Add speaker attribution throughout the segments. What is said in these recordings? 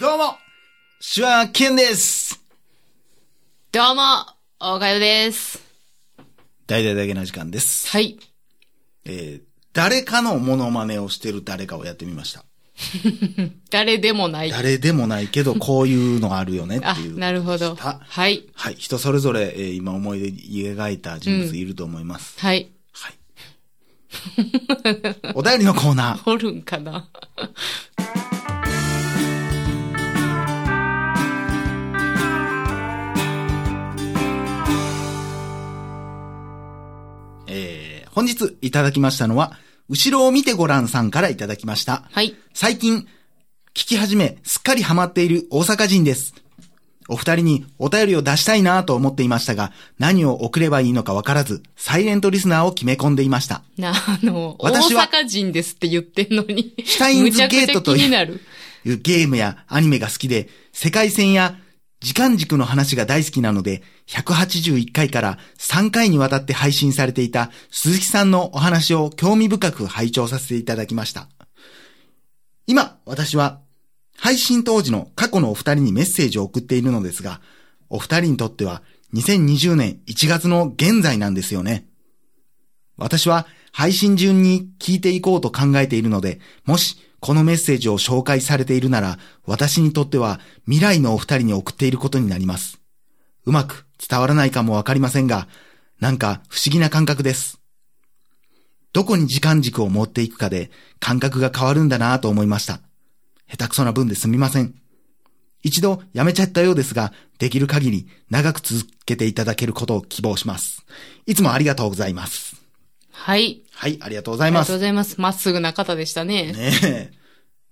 Speaker 1: どうも、シュワケンです。
Speaker 2: どうも、おかよです。
Speaker 1: 大々だけの時間です。
Speaker 2: はい。
Speaker 1: えー、誰かのモノマネをしてる誰かをやってみました。
Speaker 2: 誰でもない。
Speaker 1: 誰でもない けど、こういうのあるよねって
Speaker 2: あ
Speaker 1: い、う。
Speaker 2: なるほど。
Speaker 1: した
Speaker 2: はい。
Speaker 1: はい。人それぞれ、えー今思い描いた人物いると思い ます。
Speaker 2: はい。
Speaker 1: はい。お便りのコーナー。
Speaker 2: おるんかな
Speaker 1: えー、本日いただきましたのは、後ろを見てごらんさんからいただきました。
Speaker 2: はい。
Speaker 1: 最近、聞き始め、すっかりハマっている大阪人です。お二人にお便りを出したいなと思っていましたが、何を送ればいいのかわからず、サイレントリスナーを決め込んでいました。
Speaker 2: な、あの、大
Speaker 1: 私は
Speaker 2: 阪人ですって言ってんのに。
Speaker 1: シュタイン
Speaker 2: む
Speaker 1: ズ
Speaker 2: ちゃく
Speaker 1: ゲー
Speaker 2: ちゃ
Speaker 1: トと
Speaker 2: 気
Speaker 1: いう
Speaker 2: になる。
Speaker 1: いうゲームやアニメが好きで、世界戦や時間軸の話が大好きなので、181回から3回にわたって配信されていた鈴木さんのお話を興味深く拝聴させていただきました。今、私は配信当時の過去のお二人にメッセージを送っているのですが、お二人にとっては2020年1月の現在なんですよね。私は配信順に聞いていこうと考えているので、もしこのメッセージを紹介されているなら、私にとっては未来のお二人に送っていることになります。うまく伝わらないかもわかりませんが、なんか不思議な感覚です。どこに時間軸を持っていくかで感覚が変わるんだなぁと思いました。下手くそな分ですみません。一度やめちゃったようですが、できる限り長く続けていただけることを希望します。いつもありがとうございます。
Speaker 2: はい。
Speaker 1: はい、ありがとうござ
Speaker 2: あ
Speaker 1: い
Speaker 2: り
Speaker 1: ま
Speaker 2: がとう
Speaker 1: す
Speaker 2: ご。ざいます。まっすぐな方でしたね。
Speaker 1: ねえ。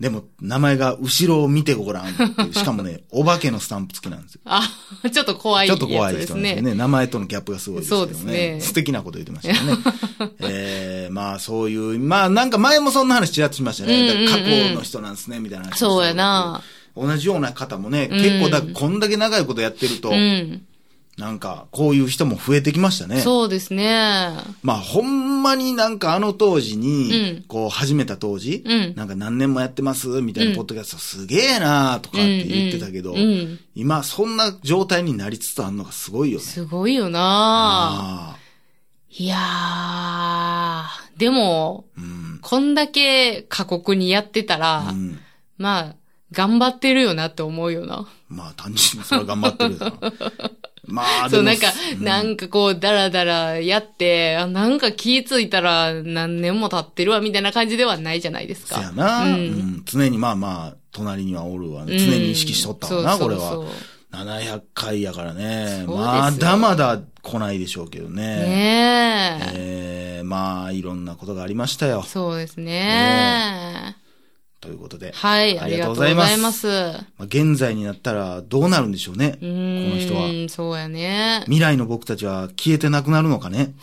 Speaker 1: でも、名前が後ろを見てごらんっていう。しかもね、 お化けのスタンプ付きなんですよ。
Speaker 2: あ、ちょっと怖い
Speaker 1: ちょ
Speaker 2: や
Speaker 1: っ
Speaker 2: つ
Speaker 1: と怖い
Speaker 2: で
Speaker 1: 人
Speaker 2: す
Speaker 1: なんですよ
Speaker 2: ね。
Speaker 1: ね。名前とのギャップがすごいですけどね。
Speaker 2: そうですね
Speaker 1: 素敵なこと言ってましたよね。 ええまあそういう、まあなんか前もそんな話ちらっとしましたね。
Speaker 2: うんうんうん
Speaker 1: だから過去の人なんですね、みたいな話。
Speaker 2: そうや。な。
Speaker 1: 同じような方もね、結構だ、こんだけ長いことやってると、
Speaker 2: うん。
Speaker 1: なんかこういう人も増えてきましたね。
Speaker 2: そうですね。
Speaker 1: まあ、ほんまになんかあの当時に、
Speaker 2: うん
Speaker 1: こう始めた当時、
Speaker 2: うん
Speaker 1: なんか何年もやってますみたいなポッドキャストすげえなーとかって言ってたけど、
Speaker 2: うんうん
Speaker 1: 今そんな状態になりつつあるのがすごいよね。
Speaker 2: すごいよな。
Speaker 1: あ
Speaker 2: いやー。でも、
Speaker 1: あ、うん。
Speaker 2: こんだけ過酷にやってたら、
Speaker 1: うん
Speaker 2: まあ、頑張ってるよなって思うよな。
Speaker 1: まあ、単純にそれは頑張ってるだろ うまあ、
Speaker 2: そう、
Speaker 1: で
Speaker 2: な
Speaker 1: も
Speaker 2: んか、なんかこう、だらだらやって、あなんか気ぃついたら何年も経ってるわ、みたいな感じではないじゃないです
Speaker 1: そや
Speaker 2: か。
Speaker 1: な、う
Speaker 2: うんん
Speaker 1: 常にまあまあ、隣にはおるわね。
Speaker 2: うん
Speaker 1: 常に意識しとったわな、
Speaker 2: そう
Speaker 1: これ
Speaker 2: そうそう
Speaker 1: は。700回やからね。
Speaker 2: そうですよ
Speaker 1: まだまだ来ないでしょうけどね。
Speaker 2: ねえ。
Speaker 1: えー、まあ、いろんなことがありましたよ。
Speaker 2: そうですね
Speaker 1: ということで。
Speaker 2: はい、
Speaker 1: あ
Speaker 2: あ
Speaker 1: り
Speaker 2: り
Speaker 1: が
Speaker 2: が
Speaker 1: とう
Speaker 2: と
Speaker 1: ご
Speaker 2: うご
Speaker 1: ざ
Speaker 2: ざ
Speaker 1: い
Speaker 2: い
Speaker 1: ます
Speaker 2: ます。う
Speaker 1: まあ、現在になったらどうなるんでしょうね。こ
Speaker 2: ーん。
Speaker 1: の人は。
Speaker 2: そうやね。
Speaker 1: 未来の僕たちは消えてなくなるのかね。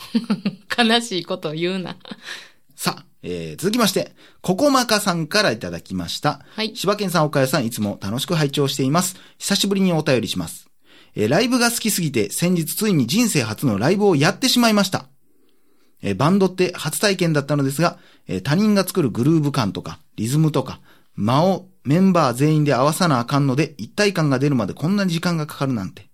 Speaker 2: 悲しいこと言うな。
Speaker 1: さあ、えー、続きまして、ここまかさんからいただきました。
Speaker 2: はい
Speaker 1: 柴犬さん、岡谷さん、いつも楽しく拝聴しています。久しぶりにお便りします。えー、ライブが好きすぎて、先日ついに人生初のライブをやってしまいました。えーバンドって初体験だったのですが、えー他人が作るグルーヴ感とか、リズムとか、間をメンバー全員で合わさなあかんので、一体感が出るまでこんなに時間がかかるなんて。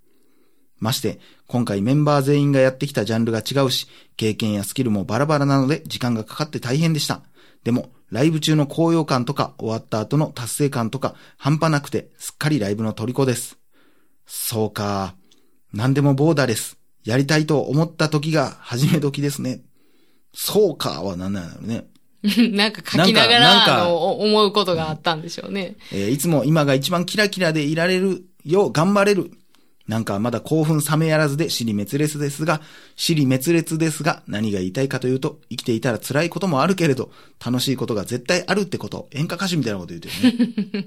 Speaker 1: まして、今回メンバー全員がやってきたジャンルが違うし、経験やスキルもバラバラなので時間がかかって大変でした。でも、ライブ中の高揚感とか、終わった後の達成感とか、半端なくて、すっかりライブの虜です。そうか。何でもボーダーです。やりたいと思った時が始め時ですね。そうかは何なんだろうね。
Speaker 2: なんか書きながら、
Speaker 1: なんかなんか
Speaker 2: あの、お思うことがあったんでしょうね。
Speaker 1: えーいつも今が一番キラキラでいられるよう頑張れる。なんかまだ興奮冷めやらずで尻滅裂ですが、尻滅裂ですが何が言いたいかというと、生きていたら辛いこともあるけれど、楽しいことが絶対あるってこと、演歌歌手みたいなこと言うて るね。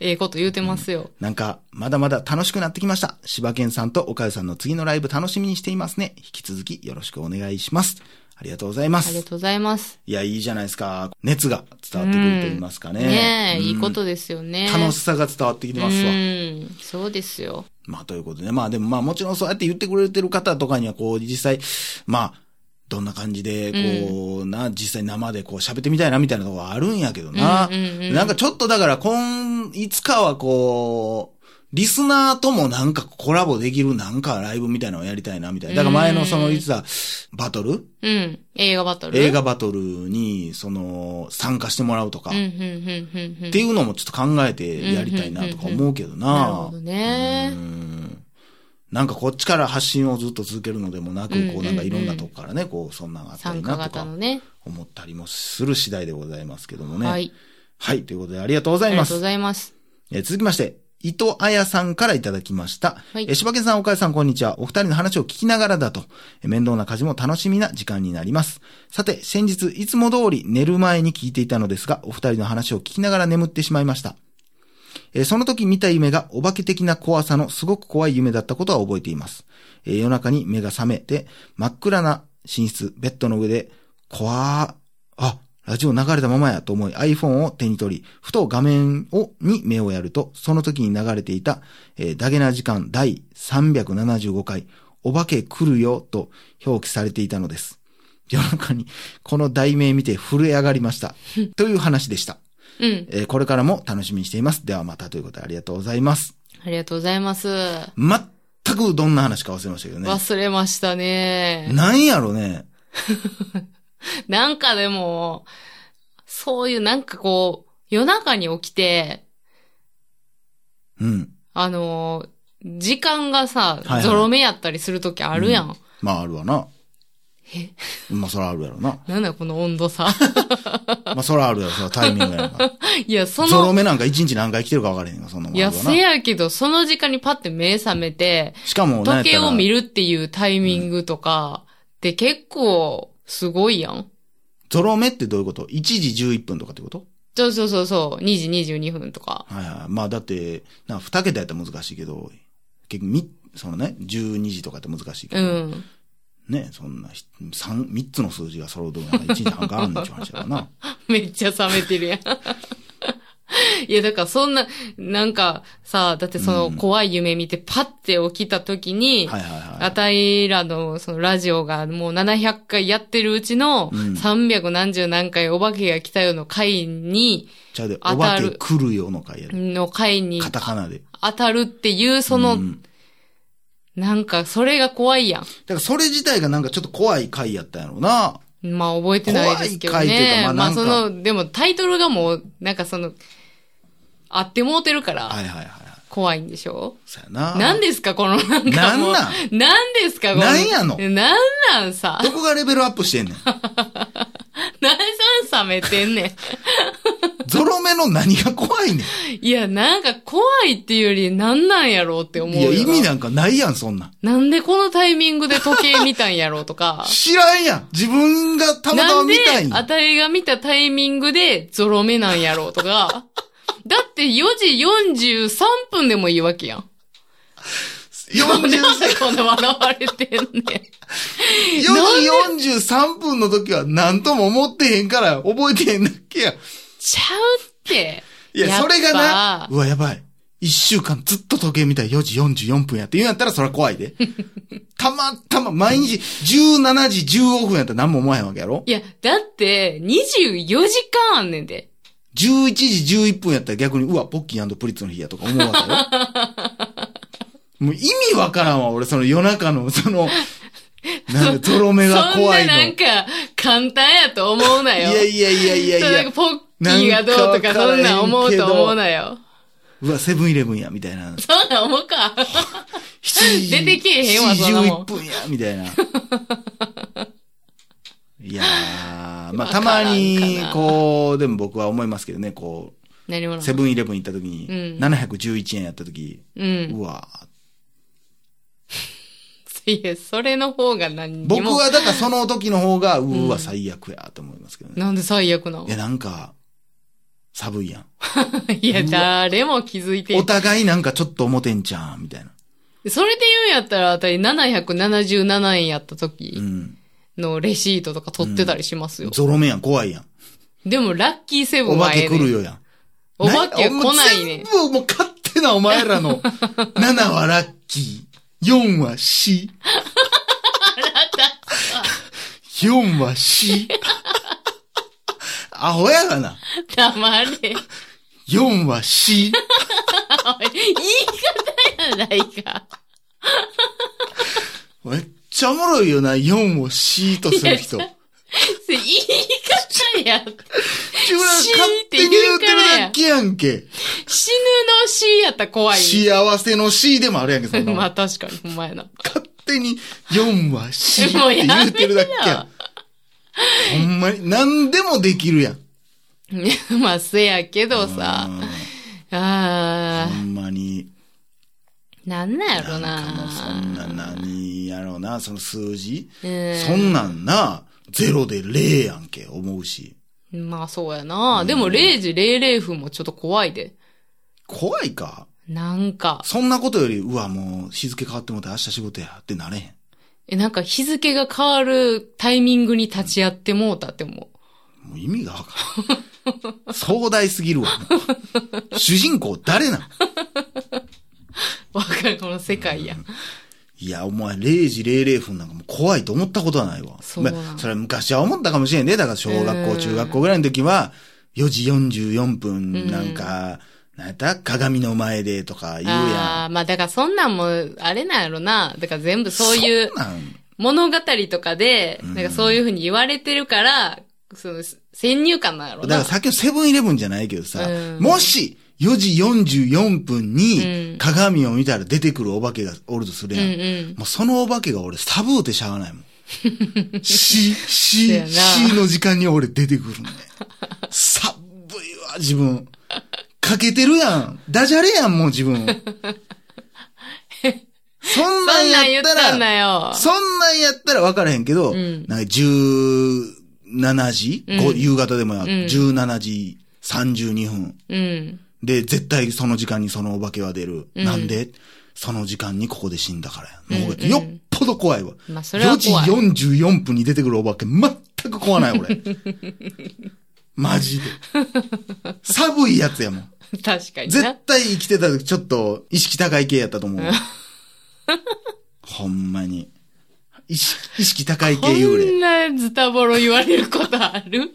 Speaker 2: ええこと言うてますよ。
Speaker 1: なんか、まだまだ楽しくなってきました。柴犬さんと岡谷さんの次のライブ楽しみにしていますね。引き続きよろしくお願いします。ありがとうございま
Speaker 2: ありがと
Speaker 1: す。
Speaker 2: うございます。
Speaker 1: いや、いいじゃないですか。熱が伝わってくると言いますかね。
Speaker 2: ねえ、
Speaker 1: うん
Speaker 2: いいことですよね。
Speaker 1: 楽しさが伝わってきてますわ。
Speaker 2: うん、そうですよ。
Speaker 1: まあ、ということでね。まあ、でもまあ、もちろんそうやって言ってくれてる方とかには、こう、実際、まあ、どんな感じで、こう、な、実際生でこう喋ってみたいなみたいなとこはあるんやけどな。
Speaker 2: うんうんうん
Speaker 1: なんかちょっとだから、今、いつかはこう、リスナーともなんかコラボできるなんかライブみたいなのをやりたいなみたいな。だから前のその、いつだ、バトル
Speaker 2: うん。映画バトル
Speaker 1: 映画バトルに、その、参加してもらうとか、
Speaker 2: うん、う
Speaker 1: っ
Speaker 2: ん、うん、うん。。
Speaker 1: ていううのもちょっと考えてやりたいなとか思うけど
Speaker 2: なる
Speaker 1: な
Speaker 2: ほ。ど
Speaker 1: う
Speaker 2: ね。
Speaker 1: んなんかこっちから発信をずっと続けるのでもなく、こ
Speaker 2: う
Speaker 1: うんなんかいろんなとこからね、こうそんなんがあったり
Speaker 2: 参加
Speaker 1: なと
Speaker 2: 型
Speaker 1: か
Speaker 2: のね。
Speaker 1: 思ったりもする次第でございますけどもね。
Speaker 2: は。い。
Speaker 1: はい、ということでありがとうござ
Speaker 2: あ
Speaker 1: い
Speaker 2: り
Speaker 1: ま
Speaker 2: が
Speaker 1: す
Speaker 2: とうご。ざいます。
Speaker 1: えー続きまして、伊藤彩さんからいただきました。
Speaker 2: はい
Speaker 1: えー柴犬さん、岡井さん、こんにちは。お二人の話を聞きながらだと、えー面倒な家事も楽しみな時間になります。さて、先日、いつも通り寝る前に聞いていたのですが、お二人の話を聞きながら眠ってしまいました。えーその時見た夢がお化け的な怖さのすごく怖い夢だったことは覚えています。えー夜中に目が覚めて、真っ暗な寝室、ベッドの上で、怖ー、あ、ラジオ流れたままやと思い iPhone を手に取り、ふと画面を、に目をやると、その時に流れていた、えーダゲな時間第375回、お化け来るよと表記されていたのです。夜中にこの題名見て震え上がりました。という話でした。
Speaker 2: うん。
Speaker 1: えーこれからも楽しみにしています。ではまたということでありがとうございます。
Speaker 2: ありがとうございます。
Speaker 1: 全くどんな話か忘れましたけどね。
Speaker 2: 忘れましたね。
Speaker 1: なんやろね。
Speaker 2: なんかでも、そういうなんかこう、夜中に起きて、
Speaker 1: うん。
Speaker 2: あのー時間がさ
Speaker 1: いはい、
Speaker 2: ゾロ目やったりするときあるやん。
Speaker 1: まああるわな。
Speaker 2: え
Speaker 1: まあそらあるやろな。
Speaker 2: なんだよこの温度差。
Speaker 1: まあそらあるやろ、そらタイミングやろな。
Speaker 2: いや、 そ
Speaker 1: ゾロ
Speaker 2: の、
Speaker 1: 目なんか一日何回来てるか分からへんが、そんなも
Speaker 2: い
Speaker 1: んあ
Speaker 2: や、
Speaker 1: るわ
Speaker 2: せ
Speaker 1: な。
Speaker 2: やけど、その時間にパッて目覚めて、
Speaker 1: しかも、なんやっ
Speaker 2: 時
Speaker 1: た
Speaker 2: 計
Speaker 1: ら
Speaker 2: を見るっていうタイミングとか、って結構、すごいやん。
Speaker 1: ゾロ目ってどういうこと ?1 時11分とかってこと
Speaker 2: そうそうそうそう、2時22分とか。
Speaker 1: はいはい。まあだって、なんか2桁やったら難しいけど、結局み、そのね、12時とかって難しいけ
Speaker 2: う
Speaker 1: ど、
Speaker 2: ん。
Speaker 1: ね、そんなひ、三三つの数字が揃うとなんか1日半かあるんでちゅう話だからな。
Speaker 2: めっちゃ冷めてるやん。 いや、だからそんな、なんかさ、だってその
Speaker 1: うん
Speaker 2: 怖い夢見てパッて起きた時に、
Speaker 1: はいはいは
Speaker 2: あたいらのそのラジオがもう700回やってるうちの
Speaker 1: うん
Speaker 2: 300何十何回お化けが来たよの回に、
Speaker 1: い。ちゃうで、お
Speaker 2: 当
Speaker 1: 化
Speaker 2: たる
Speaker 1: け来るよの回やで。
Speaker 2: の回に
Speaker 1: カタカナで。
Speaker 2: 当たるっていうその、
Speaker 1: うん
Speaker 2: なんかそれが怖いや
Speaker 1: だからそれ自体がなんかちょっと怖い回やったんやろうな。
Speaker 2: ん。まあ覚えてないですけど
Speaker 1: 怖い回っていうか
Speaker 2: ね。
Speaker 1: まあ
Speaker 2: ま
Speaker 1: な
Speaker 2: あ
Speaker 1: んか
Speaker 2: その、でもタイトルがもう、なんかその、あってもうてるから
Speaker 1: はいはいはいはい。
Speaker 2: 怖いんでしょ
Speaker 1: そやな。
Speaker 2: なんですかこのなん
Speaker 1: な
Speaker 2: か
Speaker 1: ん
Speaker 2: もう。
Speaker 1: なん
Speaker 2: なんですかこの。
Speaker 1: なんやの
Speaker 2: なんなんさ。
Speaker 1: どこがレベルアップしてんねん。
Speaker 2: なんさん冷めてんね
Speaker 1: ゾロ目の何が怖いねん。
Speaker 2: ん。いや、なんか怖いっていうよりなんなんやろうって思う
Speaker 1: い
Speaker 2: よ
Speaker 1: や、
Speaker 2: な。
Speaker 1: 意味なんかないやん、そんなん。
Speaker 2: なんでこのタイミングで時計見たんやろうとか。
Speaker 1: 知らんやん。自分が たまた
Speaker 2: な
Speaker 1: ま
Speaker 2: んで
Speaker 1: 見たいん、や
Speaker 2: あたいが見たタイミングでゾロ目なんやろうと か。だって4時43分でもいいわけやん。なんで
Speaker 1: 40
Speaker 2: こんな笑われてんねん。
Speaker 1: 4時43分の時は何とも思ってへんから覚えてへんだっけや。
Speaker 2: ちゃうって。
Speaker 1: いや、
Speaker 2: っぱ
Speaker 1: それがな、うわ、やばい。一週間ずっと時計見たら4時44分やって言うんやったらそれは怖い で。たまたま毎日17時15分やったら何も思わへんわけやろ
Speaker 2: いや、だって、24時間あんねんで。
Speaker 1: ?11 時11分やったら逆に、うわ、ポッキープリッツの日やとか思うわけよ。 もう意味わからんわ、俺、その夜中の、その、なんかゾロ目が
Speaker 2: そん
Speaker 1: 怖い
Speaker 2: な
Speaker 1: の。
Speaker 2: なんか、簡単やと思うないよ。
Speaker 1: やいやいやいやい
Speaker 2: そうな
Speaker 1: や
Speaker 2: んか。ポッキーがどうとか、
Speaker 1: なんかわから
Speaker 2: そ
Speaker 1: へんけど
Speaker 2: んなん思うと思うなよ。
Speaker 1: うわ、セブンイレブンや、みたいな。
Speaker 2: そんなん思うか。
Speaker 1: 7時
Speaker 2: 出てけえへんわそんなもん
Speaker 1: 7時11分や、みたい な。いやー、まあ、たまに
Speaker 2: わからんか、な
Speaker 1: こう、でも僕は思いますけどね、こ
Speaker 2: 何者
Speaker 1: う、セブンイレブン行った時に、
Speaker 2: うん
Speaker 1: 711円やった時、
Speaker 2: うん。
Speaker 1: うわー
Speaker 2: いや、それの方が何にも。
Speaker 1: 僕は、だからその時の方が、うわ、最悪や、と思いますけどね。
Speaker 2: なんで最悪なの
Speaker 1: いや、なんか、寒いやん。
Speaker 2: いや、誰も気づいて
Speaker 1: お互いなんかちょっと思てんちゃん、みたいな。
Speaker 2: それで言うんやったら、あたり777円やった
Speaker 1: う
Speaker 2: 時
Speaker 1: ん。
Speaker 2: のレシートとか取ってたりしますよ。
Speaker 1: ゾロ目やん、怖いやん。
Speaker 2: でも、ラッキーセブ
Speaker 1: お
Speaker 2: ン
Speaker 1: 化
Speaker 2: は
Speaker 1: け
Speaker 2: ええね
Speaker 1: 来
Speaker 2: ん
Speaker 1: るよやん。
Speaker 2: お化け来ないねん
Speaker 1: な。全部もう勝手なお前ら の、7はラッキー、4は死。
Speaker 2: あなた、
Speaker 1: 4は C。アホやがな。
Speaker 2: 黙れ。
Speaker 1: 4は C。
Speaker 2: おい言い方やない か。
Speaker 1: めっちゃおもろいよな、4を C とする人。
Speaker 2: いや
Speaker 1: 自
Speaker 2: それ言い方や。
Speaker 1: 分ら
Speaker 2: C
Speaker 1: 勝手に言ってるだけやんけ。
Speaker 2: 死ぬの死やったら怖い。
Speaker 1: 幸せの C でもあるやんけ、そんなもん
Speaker 2: まあ確かに、ほんまやな。
Speaker 1: 勝手に4は C って
Speaker 2: もうやめろ
Speaker 1: 言ってるだけやん。ほんまに、何でもできるやん。
Speaker 2: いやまあ、せやけどさ。あ
Speaker 1: ほんまに。
Speaker 2: ー、なんなんやろ
Speaker 1: なんかもうそんな
Speaker 2: な。
Speaker 1: 何やろうな、その数字。
Speaker 2: うん
Speaker 1: そんなんな、ゼロで0やんけ、思うし。
Speaker 2: まあ、そうやな。でも、0時00分もちょっと怖いで。
Speaker 1: 怖いか
Speaker 2: なんか、
Speaker 1: そんなことより、うわ、もう日付変わってもって明日仕事やってなれへん。
Speaker 2: え、なんか日付が変わるタイミングに立ち会ってもうたっても
Speaker 1: もう意味がわからん。壮大すぎるわ。もう主人公誰なん
Speaker 2: う、わかる、この世界や。
Speaker 1: いや、お前、0時00分なんかもう怖いと思ったことはないわ。
Speaker 2: そうなん
Speaker 1: まあそれは昔は思ったかもしれんね。だから小学
Speaker 2: う
Speaker 1: 校、
Speaker 2: ん
Speaker 1: 中学校ぐらいの時は、4時44分なんか、なんやった鏡の前でとか言う
Speaker 2: あ
Speaker 1: や
Speaker 2: あ、まあだからそんなんも、あれなんやろな。だから全部
Speaker 1: ん。
Speaker 2: そういう
Speaker 1: そんなん
Speaker 2: 物語とかで、
Speaker 1: うん
Speaker 2: なんかそういうふうに言われてるから、その、先入観なんやろ
Speaker 1: だ
Speaker 2: な。
Speaker 1: からさっきのセブンイレブンじゃないけどさ、
Speaker 2: うん
Speaker 1: もし4時44分
Speaker 2: う
Speaker 1: に
Speaker 2: ん
Speaker 1: 鏡を見たら出てくるお化けがおるとする
Speaker 2: うん
Speaker 1: やん。
Speaker 2: うん。
Speaker 1: もうそのお化けが俺サブーってしゃあないもん。 し、
Speaker 2: そうや
Speaker 1: し、
Speaker 2: な
Speaker 1: しの時間に俺出てくるんだよ。寒いわ、自分。かけてるやん。ダジャレやん、もう自 分。そん
Speaker 2: そん
Speaker 1: なん
Speaker 2: なん
Speaker 1: や
Speaker 2: 言
Speaker 1: っ
Speaker 2: ったたん
Speaker 1: ら、
Speaker 2: だよ。
Speaker 1: そんなんやったら分からへんけど、
Speaker 2: ん
Speaker 1: なんか17時、
Speaker 2: うん
Speaker 1: ご夕方でもや、
Speaker 2: ん
Speaker 1: 17時32分。
Speaker 2: うん。
Speaker 1: で、絶対その時間にそのお化けは出る。なんでその時間にここで死んだからや。もう
Speaker 2: うんうん
Speaker 1: よっぽど怖いわ。
Speaker 2: まあそれは怖い
Speaker 1: 4時44分に出てくるお化け、全く怖ない 俺。マジで。寒いやつやもん。
Speaker 2: 確かに
Speaker 1: 絶
Speaker 2: な。
Speaker 1: 対生きてた時ちょっと意識高い系やったと 思う。ほんまに。意識意識高い
Speaker 2: こ
Speaker 1: 系幽霊。
Speaker 2: んなズタボロ言われることある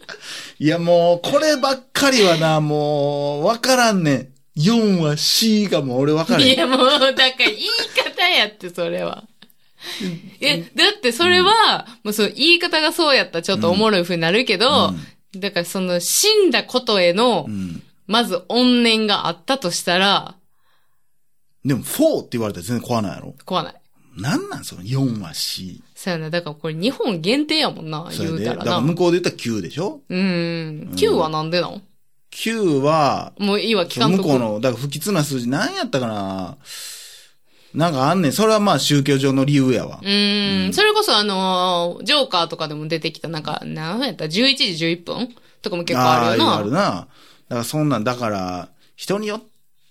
Speaker 1: いやもう、こればっかりはな、もう、わからんねん。4は C がもう俺わからん。
Speaker 2: いやもう、だから言い方やって、それは。え、だってそれは、もうその言い方がそうやったらちょっとおもろい風になるけど、だからその死んだことへの、
Speaker 1: うん。
Speaker 2: まず怨念があったとしたら、
Speaker 1: でも、4って言われたら全然怖ないやろ。
Speaker 2: 怖ない。
Speaker 1: なんなんその4は C。
Speaker 2: そうやな。だからこれ日本限定やもんな、
Speaker 1: そ
Speaker 2: 言
Speaker 1: れ
Speaker 2: う
Speaker 1: で。
Speaker 2: た
Speaker 1: だ
Speaker 2: ら
Speaker 1: から
Speaker 2: な。
Speaker 1: 向こうで言ったら9でしょ
Speaker 2: うん。9はなんでなの
Speaker 1: ?9 は、
Speaker 2: もういいわ、聞かん
Speaker 1: 向
Speaker 2: と
Speaker 1: こう
Speaker 2: こ。
Speaker 1: の、だから不吉な数字何やったかななんかあんねん。それはまあ宗教上の理由やわ
Speaker 2: う。ーん。それこそあのージョーカーとかでも出てきた、なんか、何分やった ?11 時11分とかも結構あるよ
Speaker 1: ー
Speaker 2: な。
Speaker 1: あるな。だからそんなん、だから、人によっ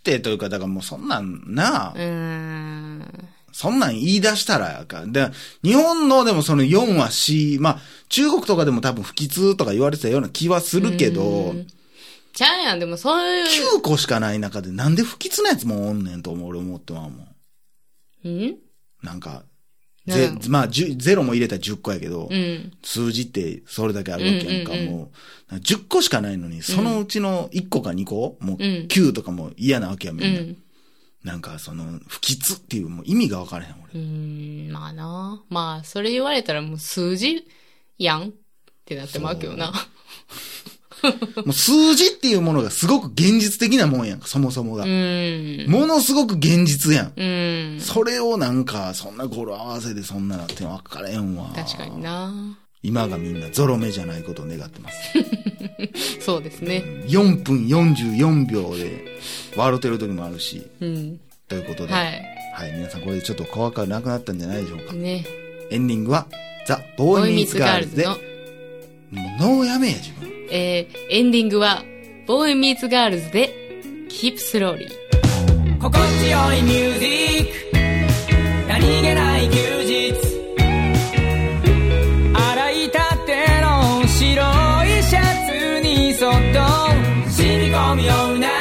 Speaker 1: てというか、だからもうそんなんな、
Speaker 2: うーん。
Speaker 1: そんなん言い出したらあかん。で、日本のでもその4は C、まあ、中国とかでも多分不吉とか言われてたような気はするけど、
Speaker 2: ちゃうやん、でもそういう、
Speaker 1: 9個しかない中でなんで不吉なやつもおんねんと思う俺思ってまうもん。
Speaker 2: うん
Speaker 1: なんか、
Speaker 2: な
Speaker 1: ぜ
Speaker 2: るほ
Speaker 1: まあ、じゅゼロも入れたら10個やけど、
Speaker 2: うん。
Speaker 1: 数字ってそれだけあるわけやんか、
Speaker 2: うんうんうん
Speaker 1: もう。なんか10個しかないのに、そのうちの1個か2個、もう
Speaker 2: うん
Speaker 1: 9とかも嫌なわけやみん
Speaker 2: う
Speaker 1: な。
Speaker 2: ん。
Speaker 1: なんかその、不吉っていうもう意味がわからへん
Speaker 2: う
Speaker 1: 俺。
Speaker 2: ーん、まあな。まあ、それ言われたらもう数字やんってなってまうけどな。
Speaker 1: もう数字っていうものがすごく現実的なもんやんか、そもそも
Speaker 2: う
Speaker 1: が。
Speaker 2: ーん。
Speaker 1: ものすごく現実やん。
Speaker 2: うーん。
Speaker 1: それをなんか、そんな語呂合わせでそんななって分からへんわ。
Speaker 2: 確かに。な。
Speaker 1: 今がみんなゾロ目じゃないことを願ってます。
Speaker 2: そうですね。
Speaker 1: 4分44秒で笑うてる時もあるし、
Speaker 2: うん。
Speaker 1: ということで。
Speaker 2: はい。
Speaker 1: はい、皆さんこれでちょっと怖くはなくなったんじゃないでしょうか。
Speaker 2: ね。
Speaker 1: エンディングは、ザ・ボーイ・ミーツ・ガールズで、も
Speaker 2: の
Speaker 1: う、ノーやめや、自分。
Speaker 2: えー、エンディングは、ボーイミーツガールズで、Keep Slowly。
Speaker 3: 心地よいミュージック何気ない休日洗いたての白いシャツにそっと染み込むような